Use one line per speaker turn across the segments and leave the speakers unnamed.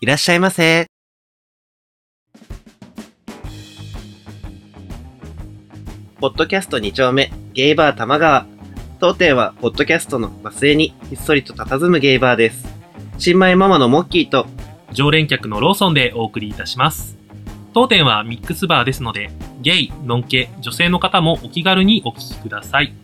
いらっしゃいませ。ポッドキャスト2丁目、ゲイバー玉川。当店は、ポッドキャストの末裔にひっそりと佇むゲイバーです。新米ママのモッキーと、
常連客のローソンでお送りいたします。当店はミックスバーですので、ゲイ、ノンケ、女性の方もお気軽にお聞きください。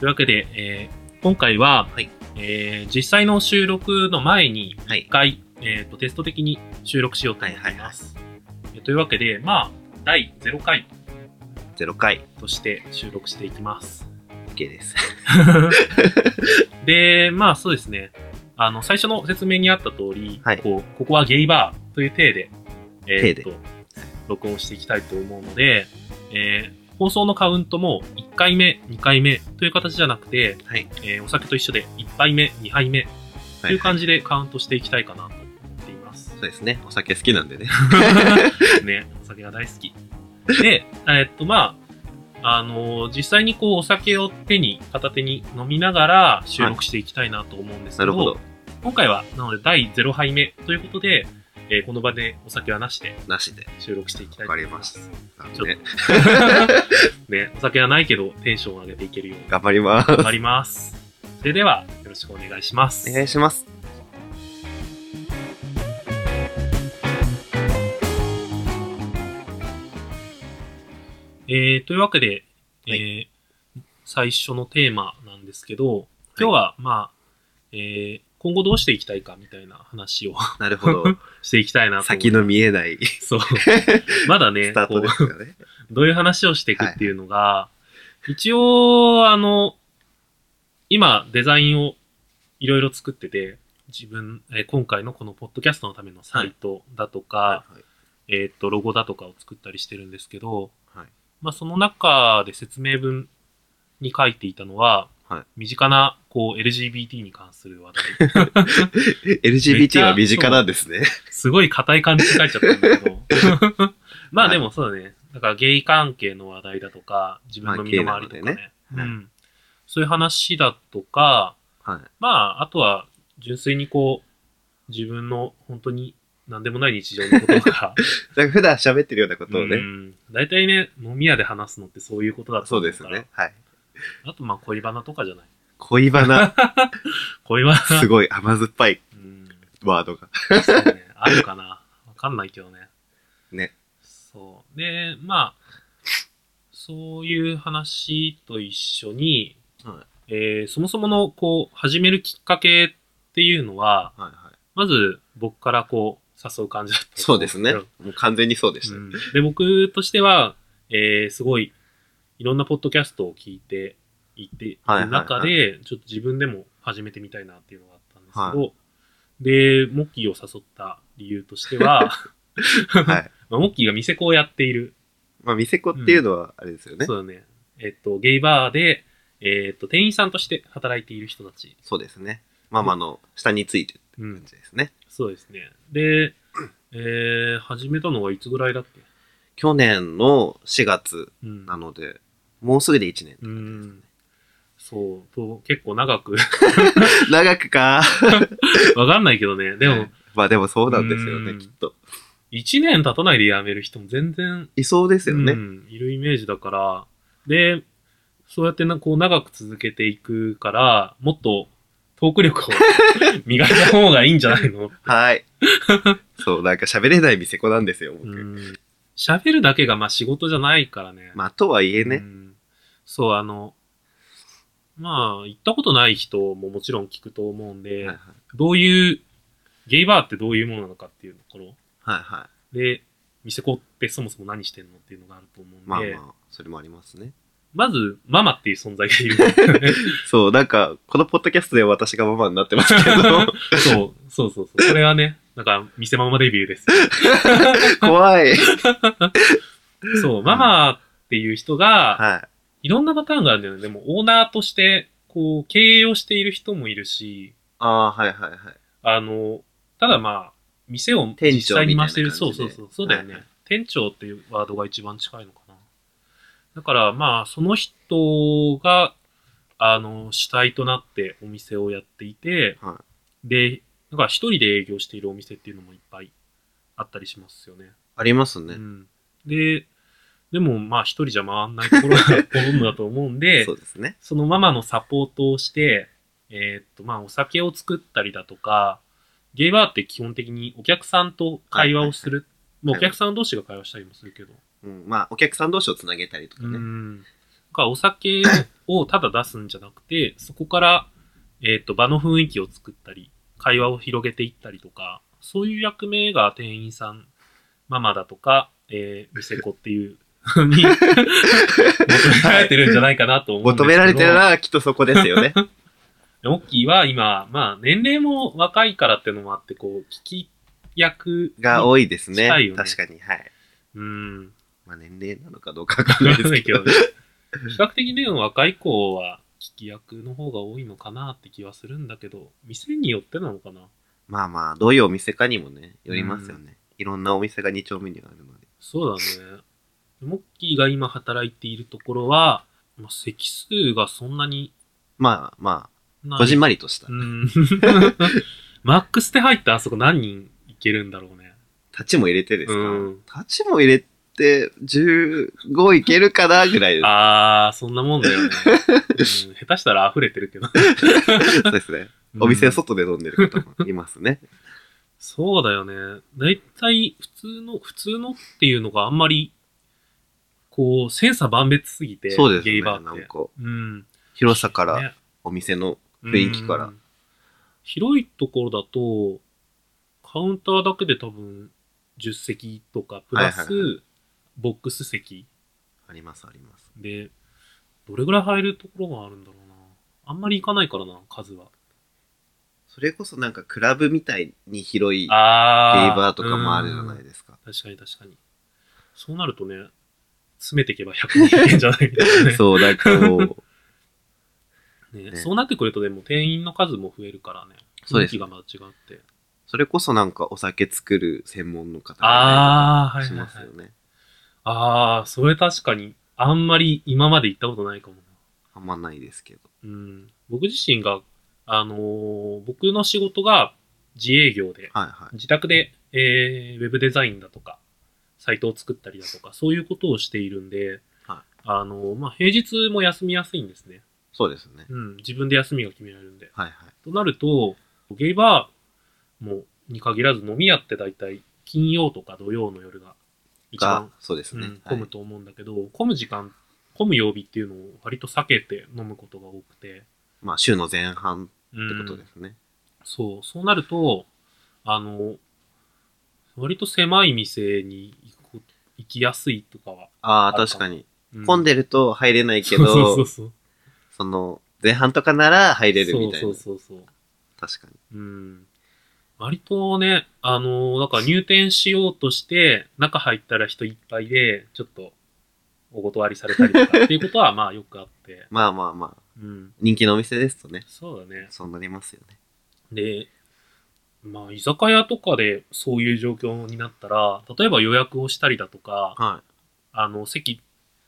というわけで、えー今回は、
はい
えー実際の収録の前に
はい
一、回、えーとテスト的に収録しようと思います。えーというわけで、まあ、第0回
0回、
として収録していきます。
OK です。
で、まあそうですね。あの、最初の説明にあった通り、
はい
こうここはゲイバーという体で、
体
えーっと、録音していきたいと思うので、えー放送のカウントも1回目、2回目という形じゃなくて、
はい
えーお酒と一緒で1杯目、2杯目という感じでカウントしていきたいかなと思っています。
そうですね。お酒好きなんで ね。
ね、お酒が大好き。で、えっと、まあ、あの実際にこう、お酒を手に、片手に飲みながら収録していきたいなと思うんです
なる
けど、
ほど。
今回は、なので第0杯目ということで、えーこの場でお酒はなしで
なしで。
収録していきたいと思います。
なの
ちょっ
で、
と ね、お酒はないけど、テンションを上げていけるように
頑張ります。
頑張ります。それでは、よろしくお願いします。
お願いします。
えー、というわけで、えー
は
最初のテーマなんですけど、今日は、まあ、えー今後どうしていきたいかみたいな話を
なるほど。
していきたいなと思う
先の見えない
そう。まだね、
スタートですよね。
こうどういう話をしていくっていうのが、一応、あの、今、デザインをいろいろ作ってて、自分、えー今回のこのポッドキャストのためのサイトだとか、
はい
えーっと、ロゴだとかを作ったりしてるんですけど、
はい
まあ、その中で説明文に書いていたのは、
はい
身近な、こう、LGBT に関する話題。
LGBT は身近なんですね。
すごい硬い感じで書いちゃったん だけど。まあ
はい
でもそうだね。だからゲイ関係の話題だとか、自分の身の回りとか
まあゲイなので
ね。う
はい
ん。そういう話だとか、
はい。
まあ、あとは、純粋にこう、自分の本当に何でもない日常のこと と
だか
か、
ら普段喋ってるようなことをね。
ん。大体ね、飲み屋で話すのってそういうことだと
そう
思う
で
か
す
ら。
ね。。はい。
あと、まあ、恋バナとかじゃない。
恋バ ナ、
恋バナ。
すごい甘酸っぱい
うん。
ワード が。
そうね。あるかな。わかんないけどね。
ね。
そう。で、まあ、そういう話と一緒に、
は
えーそもそもの、こう、始めるきっかけっていうのは、
い。はいはい。
まず僕からこう、誘う感じだった。
そうですね。
ん
もう完全にそうでした。
うんで、僕としては、えーすごい、いろんなポッドキャストを聞いていて、い
はいはいはい
る中で、ちょっと自分でも始めてみたいなっていうのがあったんですけど、で、モッキーを誘った理由としては、
はい。
まあモッキーが店子をやっている、
まあ、店子っていうのは、あれですよね。
そうだね、えっと、ゲイバーで、えっと、店員さんとして働いている人たち。
そうですね。ママの下についてる
う
感
ん、
じですね。
そうですね。で、えー始めたのはいつぐらいだっけ
去年の4月
うん
なので、もうすぐで1年。
うん。そう、と結構長く
長くか。
わかんないけどね。でも、
まあでもそうなんですよね、
うん
きっと。
1年経たないで辞める人も全然、
いそうですよ
う
ね。
んいるイメージだから、で、そうやってな、こう長く続けていくから、もっとトーク 力を磨いた方がいいんじゃないの
はい。そう、なんか喋れない店子なんですよ、
う
僕。
ん喋るだけがまあ仕事じゃないからね。
まあ、とはいえ
う
ね。
んそう、あの、まあ、行ったことない人ももちろん聞くと思うんで、
はいはい
どういう、ゲイバーってどういうものなのかっていうところ。
はいはい。
で、店子ってそもそも何してんのっていうのがあると思うんで、
ま
ま
あまあ、それもありますね。
ず、ママっていう存在がい る、
そう、なんか、このポッドキャストでは私がママになってますけ ど、
そう、そうそうそう。これはね、なんか、店ママデビューです。
怖い。
そう、ママっていう人が、
はい
ろんなパターンがあるんだよね。でも、オーナーとして、こう、経営をしている人もいるし、
い。ああ、はいはいはい。
あの、ただまあ、店を
店長
実際に回してる。
みたい
そ
な
う
感じ
そ
で
うそう。そうだよね、
はい
店長っていうワードが一番近いのかな。だからまあ、その人が、あの、主体となってお店をやっていて、
は
で、だから一人で営業しているお店っていうのもいっぱいあったりしますよね。
あります
う
ね。
ん、で、でもまあ一人じゃ回んないところがほとんどだと思うん で、
そうですね。
そのママのサポートをして、えーっと、まあ、お酒を作ったりだとか、ゲイバーって基本的にお客さんと会話をする。
い
もう
は
お
い
客さん同士が会話したりもするけど。
うん、まあ、お客さん同士をつなげたりとか
う
ね。
ん。だからお酒をただ出すんじゃなくて、そこから、えーっと、場の雰囲気を作ったり、会話を広げていったりとか、そういう役目が店員さん、ママだとか、えー、店子っていう のに求められてるんじゃないかなと思うんですけ
求
ど。
められてるなら、きっとそこです よね。
でオッキーは今、まあ、年齢も若いからっていうのもあって、こう、聞き役
が多いですね
近い。よね
確かに。はい。
うん。
まあ、年齢なのかどうかわかん
わ
ないで
かん
す
ない
け
けど
ど
ね。。 比較的ね、若い子は聞き役の方が多いのかなって気はするんだけど、店によってなのかな。
まあまあ、どういうお店かにもね、よりますよね。いろんなお店が2丁目にはあるので。
そうだね。モッキーが今働いているところは、まあ、席数がそんなに
まあま
な
あ、
い。
こじんまりとした
う。ん。 マックスで入ったあそこ何人いけるんだろうね。
立ちも入れてですか
うん
立ちも入れて、15いけるかなぐらいで
あー、そんなもん だよね。うん下手したら溢れてるけど。
す。そうですね。 お店
う
の
ん
外で飲んでる方もいますね。
そうだよね。だいたい普通の、普通のっていうのがあんまり、こう、千差万別すぎて、
そうです
ゲ
ね。
イバ
な
ーっ
ん
て
か。、
うん。
広さから、
ね
お店の雰囲気から
うん広いところだと、カウンターだけで多分、10席とか、プラ
は
ス
いはい、
ボックス席
ありますあります。
で、どれぐらい入るところがあるんだろうな。あんまり行かないからな、数は。
それこそなんかクラブみたいに広いゲイ
あ
バーとかもあるじゃないですか。
確かに確かに。そうなるとね、詰めていけば100人いけんじゃないみたいなね
そう、なんかも う、
ね
ね
そうなってくるとでも店員の数も増えるからね。
そう
雰
で
囲
す
気がまた違って。
それこそなんかお酒作る専門の方が
ああ、
いた
は
り
い
とかし
はい、は
ますよ
い。
ね。
ああ、それ確かに、あんまり今まで行ったことないかもな。
あんまないですけど。
うん。僕自身が、あのー僕の仕事が自営業で、
はいはい。
自宅で、えー、ウェブデザインだとか、サイトを作ったりだとか、そういうことをしているんで、
はい
あのーまあ、平日も休みやすいんですね。
そうですね。
うん、自分で休みが決められるんで。
はいはい。
となると、ゲイバーもに限らず飲み屋って大体金曜とか土曜の夜が一
が
番、、
そうです
う
ね
ん。
は
混
い
むと思うんだけど、混む時間、混む曜日っていうのを割と避けて飲むことが多くて。
まあ、週の前半
うん
ってことですね。
そう、そうなると、あの、割と狭い店に行くこと行きやすいとかは。
あ
あ
あ、
るかも
確かに。
うん
混んでると入れないけ
そうそう
ど、
そうそう。
その、前半とかなら入れるみたい
そ
な
う。そうそうそう。
確かに。
うん。割とね、あのーだから入店しようとして、中入ったら人いっぱいで、ちょっと、お断りされたりとかっていうこと は、まあよくあって。
まあまあまあ、
うん。
人気のお店ですとね、
そうだね。
そうなりますよね。
で、まあ居酒屋とかでそういう状況になったら、例えば予約をしたりだとか、
は
あの、席、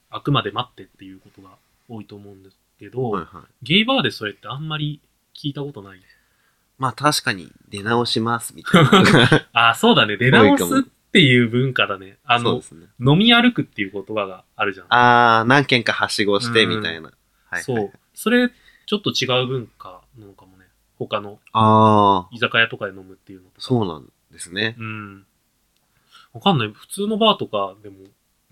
あくまで待ってっていうことが多いと思うんですけ
い。
ど、
はいはい。
ゲイバーでそれってあんまり聞いたことない。
まあ、確かに、出直します、みたいな。
ああ、そうだね。出直すっていう文化だね。 あ
そう
の
で、すね。
飲み歩くっていう言葉があるじゃん。
ああ、何軒かはしごして、みたいな。はいはい。
そう。。それ、ちょっと違う文化なのかもね。他の
ああ、
居酒屋とかで飲むっていうのとか。
そうなんですね。
うん。わかんない。普通のバーとかでも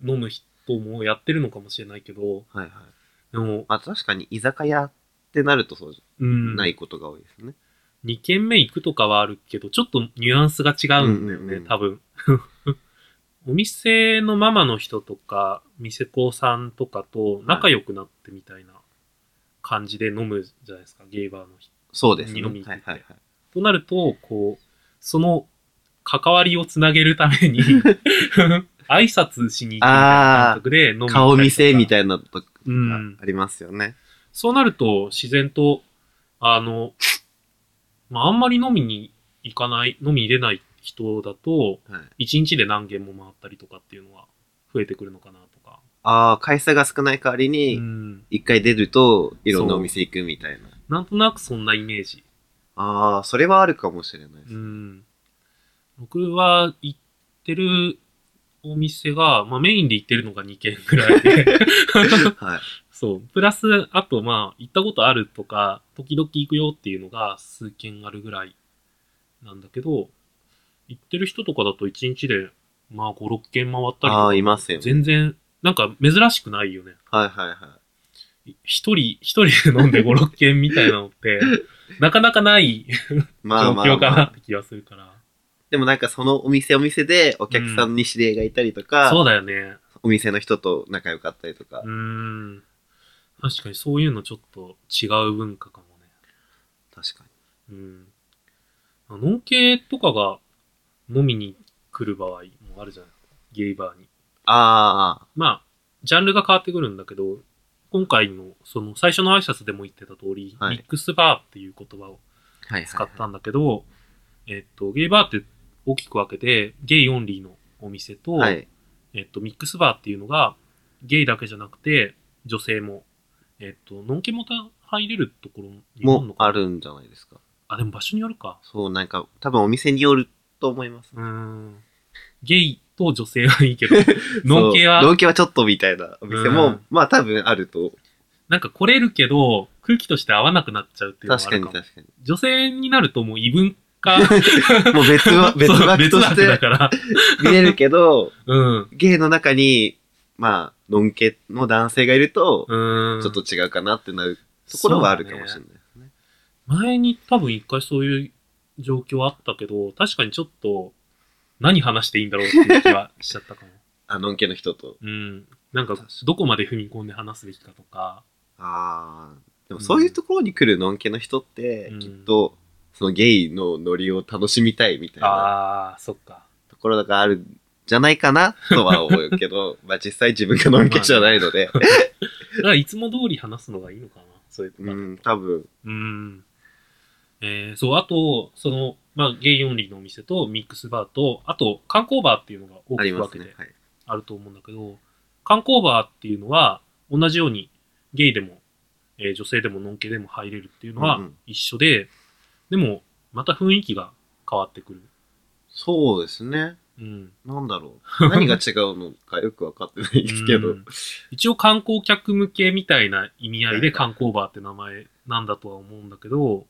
飲む人もやってるのかもしれないけど、
はいはい。
でも、
まあ、確かに、居酒屋ってなるとそうじ
うん。
ゃないことが多いですね。
2軒目行くとかはあるけど、ちょっとニュアンスが違うんだよね、
うんうんうん
多分。 お店のママの人とか、店子さんとかと仲良くなってみたいな感じで飲むじゃないですか、ゲイバーの人。
そうですね。
二
は
飲み
い
行く
は
っ
い
て
はい。
となると、こう、その関わりをつなげるた めに、 挨拶しに行くみたいな感覚で飲む。
顔見せみ
い
たいなとか
な。うん。
ありますよね。
そうなると、自然と、あの、まあ、あんまり飲みに行かない、飲みに出ない人だと、
はい、
一日で何軒も回ったりとかっていうのは増えてくるのかなとか。
ああ、回数が少ない代わり
う
に、
ん
一回出ると、いろんなお店行くみたいな。
なんとなくそんなイメージ。
ああ、それはあるかもしれないです。
うん。僕は行ってるお店が、まあメインで行ってるのが2軒ぐらいで。
はい。
そう。プラス、あとまあ、行ったことあるとか、時々行くよっていうのが数件あるぐらいなんだけど、行ってる人とかだと1日で、まあ5、6軒回ったりと
ああ、
か
いますよね。
全然、なんか珍しくないよね。
はいはいはい。
い一人、一人で飲んで5、6軒 みたいなのって、なかなかない状
まあまあ、
況か
ま
な
あ
っ。て気がするから。
でもなんかそのお店お店でお客さんに知り合いがいたりとか、
そうだよね。
お店の人と仲良かったりとか
う、ーん。確かにそういうのちょっと違う文化かもね。
確かに。
うん。あノン系とかが飲みに来る場合もあるじゃないゲイバーに。
ああ、
まあ、ジャンルが変わってくるんだけど、今回のその最初の挨拶でも言ってた通り、
はい
ミックスバーっていう言葉
は
を
いはい。
使ったんだけど、えっと、ゲイバーって大きく分けて、ゲイオンリーのお店と、
はい。
えっと、ミックスバーっていうのが、ゲイだけじゃなくて、女性も、えっと、ノンケもた入れるところにあるの
も
かな
あるんじゃないですか。
あ、でも場所によるか。
そう、なんか、多分お店によると思います。
うーん。ゲイと女性はいい けど、ノンケ
そうノ
は、
ンケはちょっとみたいなお店
う
も
ん、
まあ多分あると。
なんか来れるけど、空気として合わなくなっちゃうっていうの
確
が
かに
あるかも。
確か
女性になるともう異文化、
に。もう 別は、別
そう
枠とし
別枠だ
て
から。
見れるけど、
うん。
ゲイの中に、まあ、ノンケの男性がいると、
うん。
ちょっと違うかなってなるところはあるかもしれない
い。
ですね。
前に多分一回そういう状況あったけど、確かにちょっと、何話していいんだろうっていう気はしちゃ ったかも。
あ、ノンケの人と。
うん。なんか
確か、
どこまで踏み込んで話すべきかとか。
ああ。でもそういうところに来るノンケの人って、
うん
きっと、そのゲイのノリを楽しみたいみたいな
ああ、そっか。
ところがあるんじゃないかなとは思うけ ど、まあ実際自分がノンケじゃないので、
だからいつも通り話すのがいいのかな、そういうとか。
うん、多分、
うん。えー、そう、あと、その、まあ、ゲイオンリーのお店とミックスバーと、あと、観光バーっていうのが大
あ
き
り
く
ま
分
す
け
ね
て。
はい。
あると思うんだけど、観光バーっていうのは、同じようにゲイでも、えー女性でもノンケでも入れるっていうのは
うんうん
一緒で、でも、また雰囲気が変わってくる。
そうですね。
うん。
なんだろう。何が違うのかよくわかってないですけ
う
ど
ん。一応観光客向けみたいな意味合いで観光バーって名前なんだとは思うんだけど、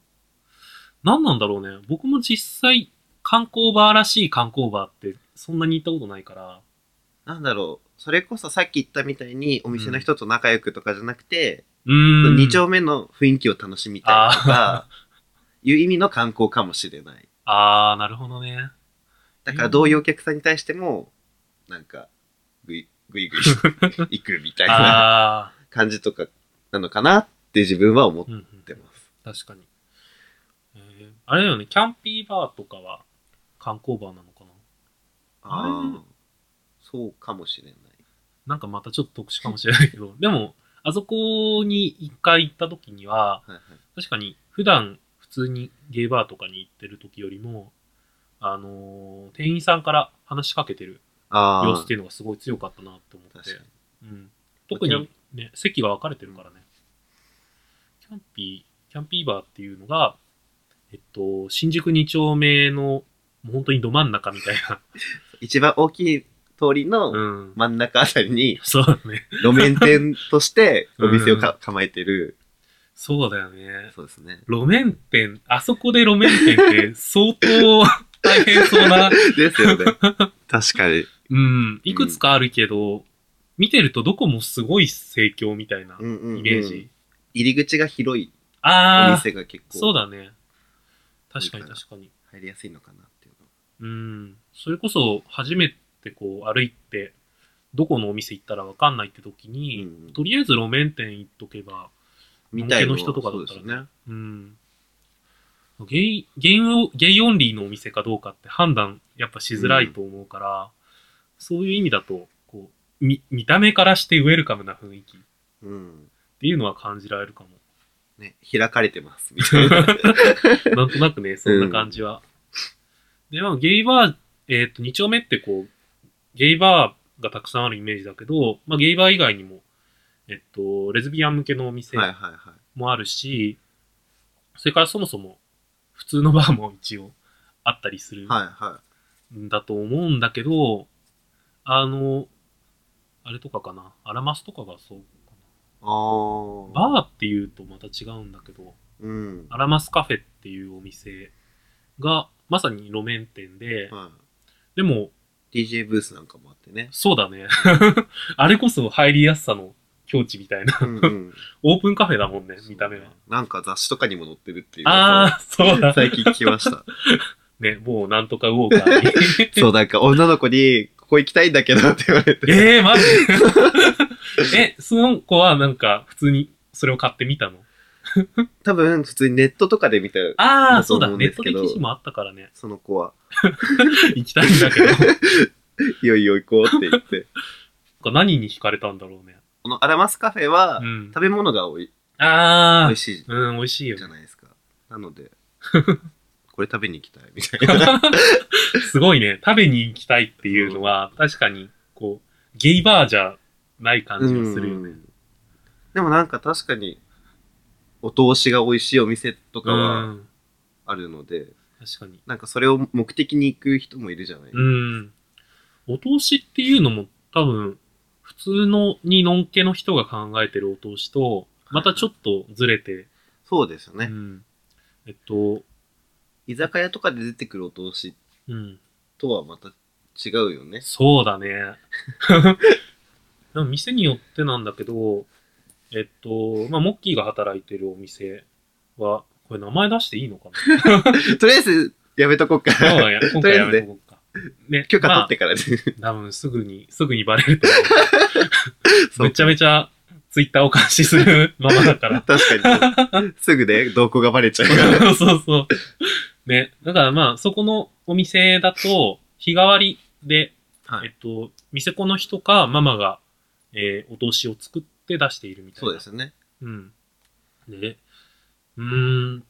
何なんだろうね。僕も実際観光バーらしい観光バーってそんなに行ったことないから、
なんだろう。それこそさっき言ったみたいに、お店の人と仲良くとかじゃなくて、
うーん。
2丁目の雰囲気を楽しみたいとか、いう意味の観光かもしれない。
あー、なるほどね。
だからどういうお客さんに対しても、なんか、ぐいぐいぐい行くみたいな
あ
感じとかなのかなって自分は思っ
ー。うんうん
てます。
確かに。えーあれだよね、キャンピーバーとかは観光バーなのかなあれ
ああ、そうかもしれない。
なんかまたちょっと特殊かもしれないけど、でも、あそこに一回行った時には、
はいはい、
確かに普段普通にゲイバーとかに行ってる時よりも、あのー店員さんから話しかけてる
ああ、
様子っていうのがすごい強かったなって思って
確か。に。
うん、特にね、席が分かれてるからね。キャンピー、キャンピーバーっていうのが、えっと、新宿2丁目の、もう本当にど真ん中みたい な。
一番大きい通り
う
の
ん。
真ん中あたりに、
そうだね。
路面店としてお店を
う
か構えてる。
そうだよね。
そうです ね。
路面店、あそこで路面店って相当大変そうな、
ですよね。確かに。
うん、いくつかあるけど、見てるとどこもすごい盛況みたいな
うんうんうん
イメージ。
入り口が広いお
ああ、
店が結
そ
構
うだね。確かに確かに。
入りやすいのかなっていうの。
うん。それこそ、初めてこう歩いて、どこのお店行ったらわかんないって時に、
うんうん
とりあえず路面店行っとけば、
みたい
の
の
人とかだ
そう
っ
で
た
す
ら
ね。
うん。ゲイ、ゲイオゲイオンリーのお店かどうかって判断やっぱしづらいと思うから、そういう意味だと、こう、み、見た目からしてウェルカムな雰囲気っ
うん。
ていうのは感じられるかも。
ね、開かれてます、みたい な。
なんとなくね、そんな感じは。で、まあ、ゲイバー、えっ、と、2丁目ってこう、ゲイバーがたくさんあるイメージだけど、まあ、ゲイバー以外にも、えっと、レズビアン向けのお店
はいはいはい。
もあるし、それからそもそも、通のバーも一応あったりする
はいは
んだと思うんだけど、あの、あれとかかな、アラマスとかがそうか
い。ああ。
な。バーっていうとまた違うんだけど、
うん。
アラマスカフェっていうお店が、まさに路面店で、
は
でも、。
い。DJ ブースなんかもあってね
そうだね。 あれこそ入りやすさの境地みたいな。
うんうん。
オープンカフェだもんね、 見た目は。
なんか雑誌とかにも載ってるっていう。
ああ、そうだ。
最近聞きました。
ね、もうなんとかウォーカーに。
そう、なんか女の子に、ここ行きたいんだけどって言われて。
ええー、マジ え、その子はなんか、普通にそれを買ってみたの
多分、普通にネットとかで見たよ
ああ、
そ
そうう
だと
だ、
思うん
ネ
で
ッ
す
ト
け
で
ど
記事もあったからね。
その子は。
行きたいんだけど。
いよいよ行こうって言って。
何に惹かれたんだろうね。
このアラマスカフェは
う、ん。
食べ物がおい美
ああ
味、しい
うん、美味しいよ
じゃ
ね。
ないですか。なの で、これ食べに行きたいみたいな。
すごいね。食べに行きたいっていうのは、確かに、こう、ゲイバーじゃない感じがするよね。
うんでもなんか確かに、お通しが美味しいお店とか
う
は
ん。
あるので、
確かに。
なんかそれを目的に行く人もいるじゃない、
うん。お通しっていうのも多分、普通のにのんけの人が考えてるお通しと、またちょっとずれて、
そうですよね、
うん。えっと、
居酒屋とかで出てくるお通し
うん。
とはまた違うよね。
そうだね。 でも店によってなんだけど、えっと、まあ、モッキーが働いてるお店は、これ名前出していいのか な
とりあえず、やめとこうか。
そうだね。今回やめとこうか。ね、
許可取
まあ
ってからね。
多分すぐに、すぐにバレると思う。
そう。
めちゃめちゃツイッターを監視するままだから
確かに。すぐね、動向がバレちゃうから。
そうそう。ね。だからまあ、そこのお店だと、日替わりで、
は
えっ。と、店子の人かママが、えーお通しを作って出しているみたいな。
そうですよね。
うん。で、うーん、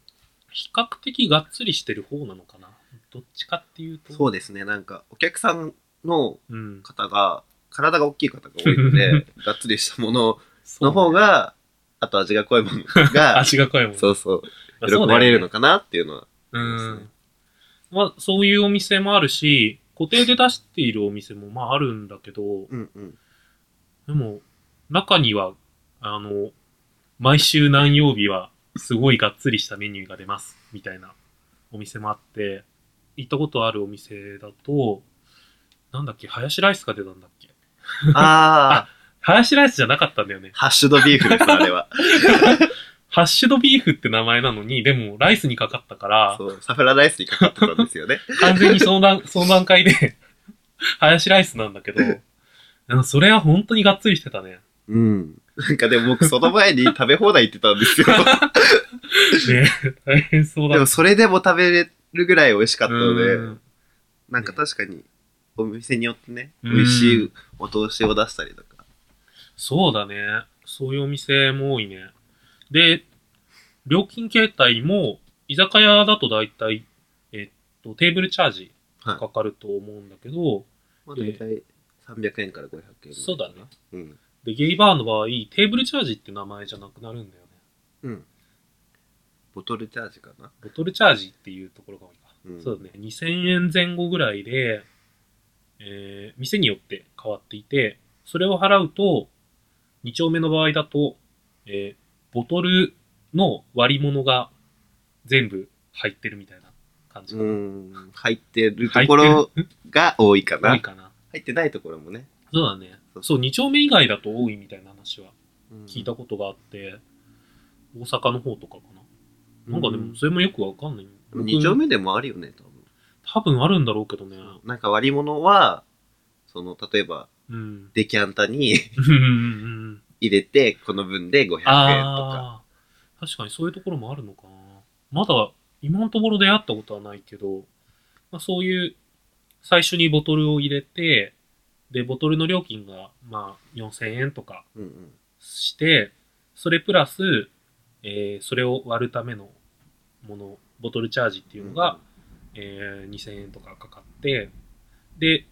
比較的がっつりしてる方なのかな。どっちかっていうと。
そうですね。なんか、お客さんの
うん。
方が、体が大きい方が多いの で、がっつりしたものの方
そうね、
が、あと味が濃いも のが、
味が濃いもんね。
そうそう、
まあ
喜
そうだ
ば
よね
れるのかなっていうのは。
うん。まあ、そういうお店もあるし、固定で出しているお店もまああるんだけど、
うんうん。
でも、中には、あの、毎週何曜日は、すごいがっつりしたメニューが出ます、みたいなお店もあって、行ったことあるお店だと、なんだっけ、ハヤシライスが出たんだっけ
ああ、
ハヤシライスじゃなかったんだよね。
ハッシュドビーフです、あれ は。
ハッシュドビーフって名前なのに、でもライスにかかったから、
そう、サフランライスにかかってたんですよね。
完全にそ の段その段階で、ハヤシライスなんだけど、あのそれは本当にがっつりしてたね。
うん。なんかでも僕その前に食べ放題行ってたんですよ。
ね大変そうだ
でもそれでも食べれるぐらい美味しかったので、
うん
なんか確かにお店によってね、
うん
美味しいお通しを出したりとか。
そうだね。そういうお店も多いね。で、料金形態も、居酒屋だと大体、えっと、テーブルチャージ
はい
かかると思うんだけど、
まあ大体300円から500円ぐらい。
そうだね。
うん。
で、ゲイバーの場合、テーブルチャージって名前じゃなくなるんだよね。
うん。ボトルチャージかな。
ボトルチャージっていうところが多いか。
うん
そうだね。2000円前後ぐらいで、えー、店によって変わっていて、それを払うと、2丁目の場合だと、えー、ボトルの割り物が全部入ってるみたいな感じ
う
が多
ん。入ってるところが多いかな。
いかな。
入ってないところもね。
そうだね
そ。う
そう、2丁目以外だと多いみたいな話は聞いたことがあって、大阪の方とかかな。なんかでも、それもよくわかんない。
2丁目でもあるよね、多分。
多分あるんだろうけどね。
なんか割り物は、その、例えば、
うん。
デキャンタに
うんうんうん。
入れて、この分で500円とか。
ああー、確かにそういうところもあるのかな。まだ今のところ出会ったことはないけど、まあ、そういう最初にボトルを入れて、で、ボトルの料金がまあ4000円とか
うんうん。
して、それプラス、えーそれを割るためのもの、ボトルチャージっていうのが、えー2000円とかかかって、で、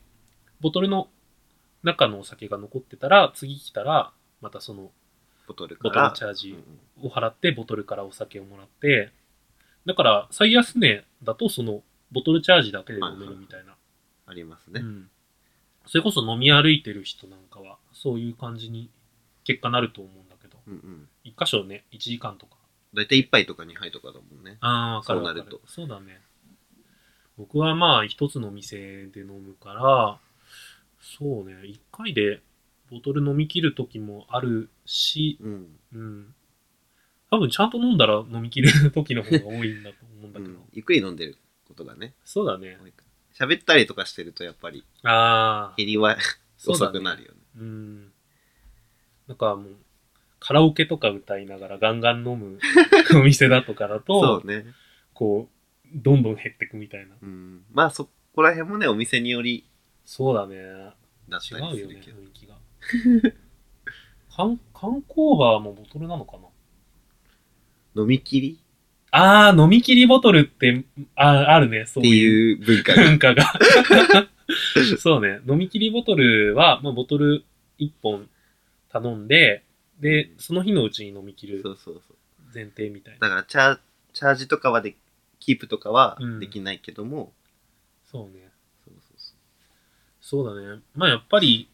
ボトルの中のお酒が残ってたら、次来たら、またその
ボトルか
ボトル
ら。
チ
う
ャー
んう
ジ
ん
を払って、ボトルからお酒をもらって、だから、最安値だと、その、ボトルチャージだけで飲めるみたいな。
ありますね。
うん。それこそ飲み歩いてる人なんかは、そういう感じに、結果なると思うんだけど、
うんうん。
一箇所ね、1時間とか。
だいたい1杯とか2杯とかだもんね。
ああ、わかる
そう
わ
なる
かる
と
そうだね。僕はまあ、一つの店で飲むから、そうね、一回でボトル飲み切る時もあるし、
うん。
うん。多分ちゃんと飲んだら飲み切る 時の方が多いんだと思うん
う
だけど
ん。、ゆっくり飲んでることがね。
そうだね
多。いから喋ったりとかしてるとやっぱり
ああ、
減りは
そう
遅
だね
くなるよね。
うん。なんかもう、カラオケとか歌いながらガンガン 飲むお店だとかだ
そ
と、
うね。
こう、どんどん減ってくみたいな。
うん。まあそこら辺もね、お店により
そうだね。
だったり
違う
す
よ
る
ね、
けど。
雰囲気が。 缶缶コーバーもボトルなのかな
飲み切り
あー、飲み切りボトルって、ああるね、
っ
そう
て
いう
いう文化が。
文化が。 そうね、飲み切りボトルは、まあ、ボトル1本頼んで、で、その日のうちに飲み切
そ
る
うそうそう。
前提みたい
だ
な。
からチャーチャージとかはで、キープとかは
うん
できないけども、
そうね。
そうそうそう
そうだね。まあ、やっぱり、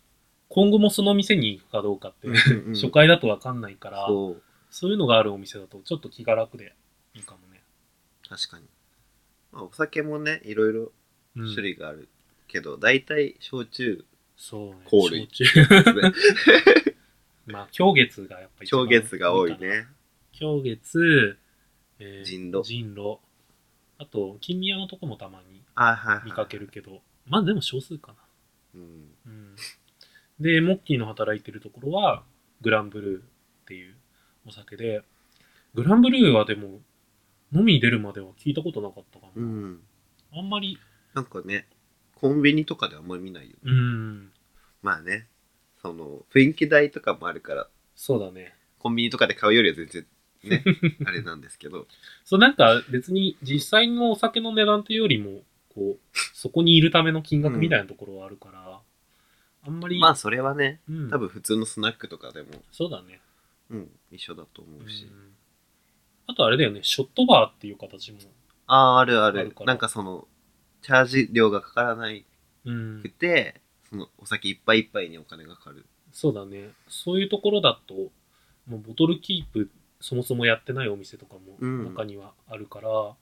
今後もその店に行くかどうかって、
うんうん
初回だとわかんないから、
そう、
そういうのがあるお店だと、ちょっと気が楽でいいかもね。
確かに。まあ、お酒もね、いろいろ
うん
種類があるけど、大体焼酎、
そうね。
香類
焼酎
ね
まあ、狂月がやっぱ一番
氷月が多い。ね。
狂月、え
人狼
人狼。あと、金宮のとこもたまに
あはいはい。
見かける。けど、まあでも少数か
うん。
な。うん。で、モッキーの働いてるところは、グランブルーっていうお酒で、グランブルーはでも、飲みに出るまでは聞いたことなかったかな。
うん。
あんまり、
なんかね、コンビニとかではあんまり見ないよ。
うん、
まあね、その、雰囲気代とかもあるから、
そうだね。
コンビニとかで買うよりは全然 ね、あれなんですけど。
そう、なんか別に実際のお酒の値段というよりも、こう、そこにいるための金額みたいなところはあるから、あんまり、
まあそれはね、
うん、
多分普通のスナックとかでも、
そうだね。
うん、一緒だと思うし。
うんあとあれだよね、ショットバーっていう形も、
ああ、あるある
あるから
なんかその、チャージ料がかからな
うん
く、て、その、お酒いっぱいいっぱいにお金がかかる。
そうだね。そういうところだと、もうボトルキープ、そもそもやってないお店とかも
うん
中にはあるから、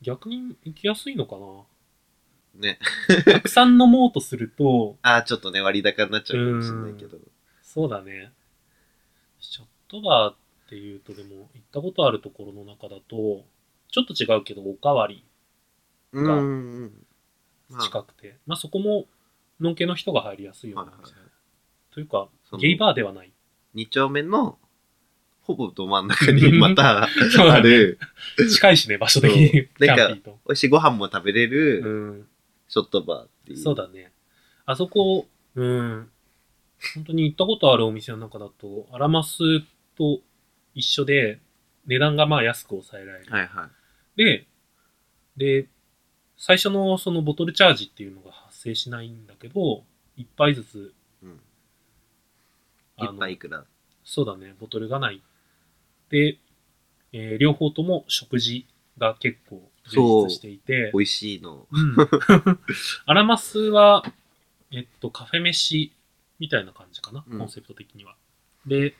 逆に行きやすいのか
ね。
な。たくさん飲もうとすると、
ああ、ちょっとね、割高になっちゃうかもしれないけど。
そうだね。ショットバーっていうと、でも、行ったことあるところの中だと、ちょっと違うけど、おかわり
うんうんうん。まあ
近くて、まあ、そこも、のんけの人が入りやすいようなお店。
は
というか
そ、の
ゲイバーではない。
二丁目の、ほぼど真ん中 にまた
そうだね
ある、
近いしね、場所的に。キ
そうな
ャ
んか
ンピーと。
美味しいご飯も食べれ
う
る、
ん。
ショットバーっていう。
そうだね。あそこ、うん。本当に行ったことあるお店の中だと、アラマスと一緒で、値段がまあ安く抑えられる。
はいはい。
で、で、最初のそのボトルチャージっていうのが発生しないんだけど、一杯ずつ、
うん。
あ
一
の
杯いくら。
そうだね、ボトルがない。で、えー両方とも食事が結構充実していて
美、味しいの。
うん、 アラマスは、えっと、カフェ飯みたいな感じかな、
うん
コンセプト的には。で、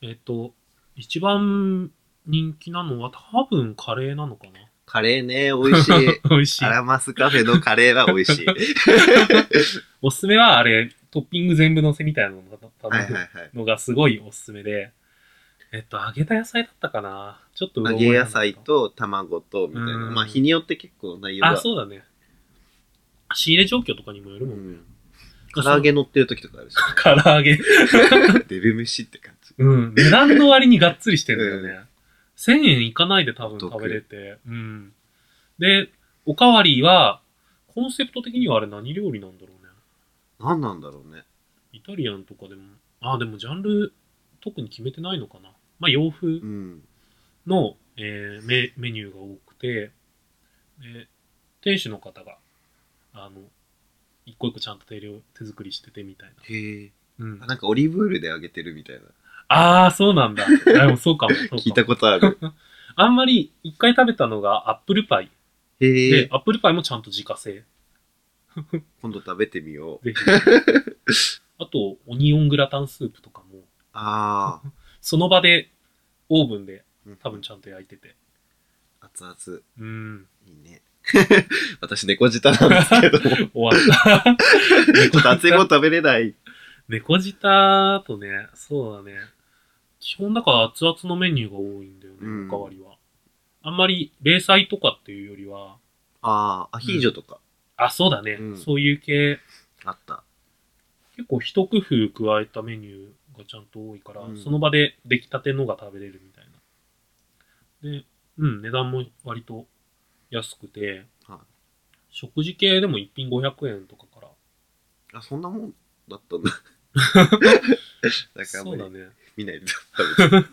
えっと、一番人気なのは多分カレーなのかな。
カレーね、美味しい。
美味しい
ア。ラマスカフェのカレーは美味 しい。
おすすめはあれ、トッピング全部乗せみたいなの
は
が
いは
頼
いは
む
い。
のがすごいおすすめで、えっと、揚げた野菜だったかなちょっとうろ
揚
覚え
げ野
なんだけ
菜
ど
と卵とみたいな。
うん
まあ日によって結構内容が。
あ、そうだね。仕入れ状況とかにもよるもんね。
ん。唐揚げ乗ってる時とかあるし。
唐揚げ。
デブ飯って感じ。
うん。値段の割にがっつりしてんだよね。1000円いかないで多分
お得
食べれて。うん。で、おかわりは、コンセプト的にはあれ何料理なんだろうね。
何なんだろうね。
イタリアンとかでも、あ、でもジャンル特に決めてないのかな。まあ洋風。
うん。
の、えーメメニューが多くて、で店主の方が、あの、一個一個ちゃんと手料手作りしててみたいな。
へえ。
うん
あ、なんかオリーブオイルで揚げてるみたいな。
ああ、そうなんだ。あでもそうかも。そうかも
聞いたことある。
あんまり一回食べたのがアップルパイ。
へ
で
え、。
アップルパイもちゃんと自家製。
今度食べてみよう。
ぜひ。あと、オニオングラタンスープとかも、
ああ。
その場で、オーブンで多分
うん
ちゃんと焼いてて。
熱々。
うん。
いいね。 私、猫舌なんですけども、ち
終わった。
ょっと熱いもの食べれない。
猫舌とね、そうだね。基本だから熱々のメニューが多いんだよね、
うん
おかわりは。あんまり、冷菜とかっていうよりは、
ああ、アヒージョとか、
あ、そうだね。
うん
そういう系、
あった。
結構一工夫加えたメニューがちゃんと多いから、
うん
その場で出来たてのが食べれるみたいな。で、うん、値段も割と安くて、
はい
食事系でも一品500円とかから。
あ、そんなもんだった んだ。だからあん
そ
ま
うだ
り
ね。
見ないで食べて。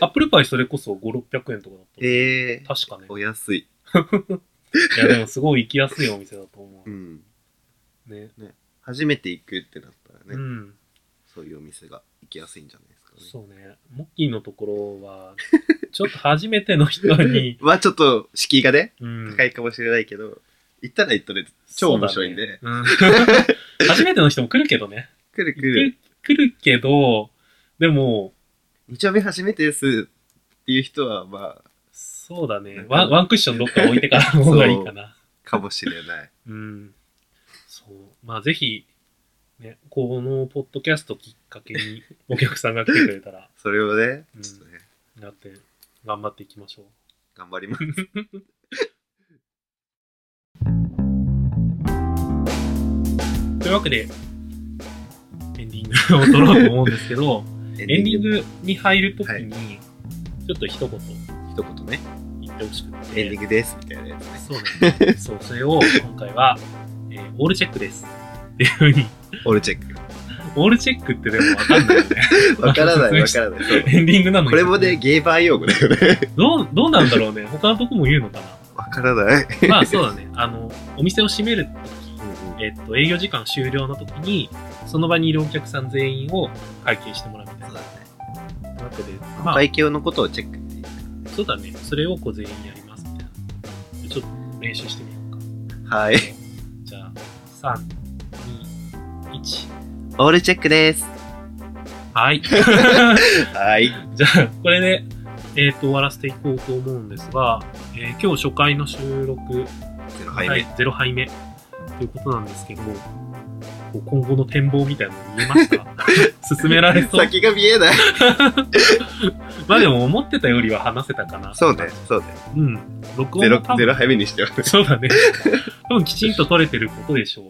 アップルパイそれこそ5、600円とかだった。
ええー、
確かね。
お安い。
いや、でもすごい行きやすいお店だと思
うん。
う。ね。
初めて行くってなったらね、
うん。
そういうお店が行きやすいんじゃないですかね。
そうね。モッキーのところは、ちょっと初めての人 に、
まあちょっと敷居がね、
うん
高いかもしれないけど、行ったら行ったで超面白いんで、
そうだねうん 初めての人も来るけどね。
来る来る、
来るけど、でも、
2丁目初めてですっていう人はまあ、
そうだね
なん。か
ワンワンクッションどっか置いてからの方がいいかな。
かもしれ ない。
うん。そう。まあ、ぜひ、ね、このポッドキャストきっかけにお客さんが来てくれたら、
それをね
う、ん
ちょっとね、
なって、頑張っていきましょう。
頑張ります。
というわけで、エンディングを取ろうと思うんですけど、
エ
エンディン
グ
グに入るとき
は
に、ちょっと一言
一言ね、
言ってほしくて、
エンディングですみたいなやつね。
そうなんです。そう、それを今回は、えーオールチェックです。っていうふうに、
オールチェッ
オールチェックってでもわかんないよね。
ク。わからないわからない。そう
エンディングなのに
これもね、ゲーバー用語 だよね。
どう、どうなんだろうね。他のとこも言うのか
わからない。
な。まあそうだね。あの、お店を閉めるとき、えっと、営業時間終了のときに、その場にいるお客さん全員を会計してもらうみた
そ
いう
だね。
なわけで、まあ、
会計のことをチェックっていう。
そうだね。それをこう全員やりますみたいな。ちょっと練習してみようか。
はい。
じゃあ、3、2、1。
オールチェックです。
はい。
はい。
じゃあ、これで、えっ、と、終わらせていこうと思うんですが、えー今日初回の収録、
ゼロ
は
杯
い、
目。
0杯目ということなんですけども、こう今後の展望みたいなの見えました 進められそう。
先が見えない。
まあでも思ってたよりは話せたかな。
そうね、そうね。
うん。録
ゼ
音
ロ
も多、
ゼ
分、
ロ杯目にしては。
そうだね。 多分きちんと取れてることでしょう。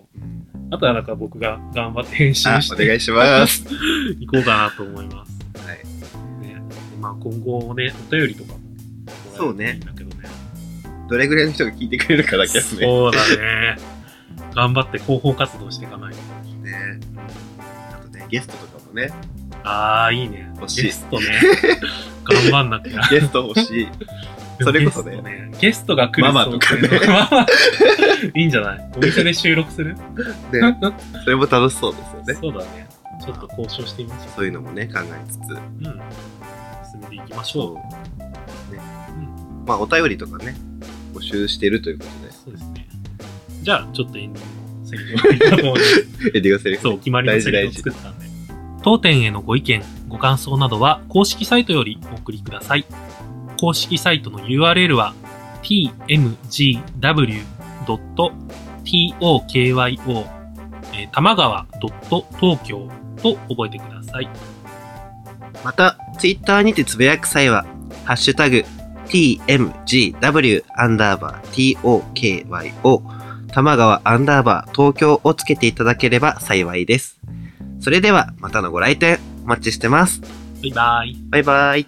あとはなんか僕が頑張って編集
あ、
し
お
て
願いします。
いこうかなと思います。
はい。
ね、まあ今後もね、お便りとかももらえ
そう
るといい
ね
んだけどね。
どれぐらいの人が聞いてくれるかだけですね。
そうだね。頑張って広報活動していかないと。
ね。あとね、ゲストとかもね、
ああ、いいね。
欲しい
ゲス トね。頑張んなきゃ。
ゲスト欲しい。それこそね
ゲストゲストが来る
ママとかね
想定の ママいいんじゃないお店で収録す る、
ね、それも楽しそうですよね。
そうだね。ちょっと交渉してみましょ
そういうのもね、考えつつ。
う。うん。進めていきましょ
そう。ね
う。
まあ、お便りとかね、募集してるというこ
う。そうですね。じゃあ、ちょっとエンディングのセリフをいこうと思いま
と
す。
で。エディオセリフ。
そう、決まりのセリフを作ったんで。当店へのご意見、ご感想などは公式サイトよりお送りください。公式サイトの URL は tmgw.tokyo、えー、玉川 .tokyo と覚えてください。
また、ツイッターにてつぶやく際は、ハッシュタグ、tmgw アンダーバー tokyo 玉川アンダーバー東京をつけていただければ幸いです。それでは、またのご来店お待ちしてます。
バイバイ。
バイバイ。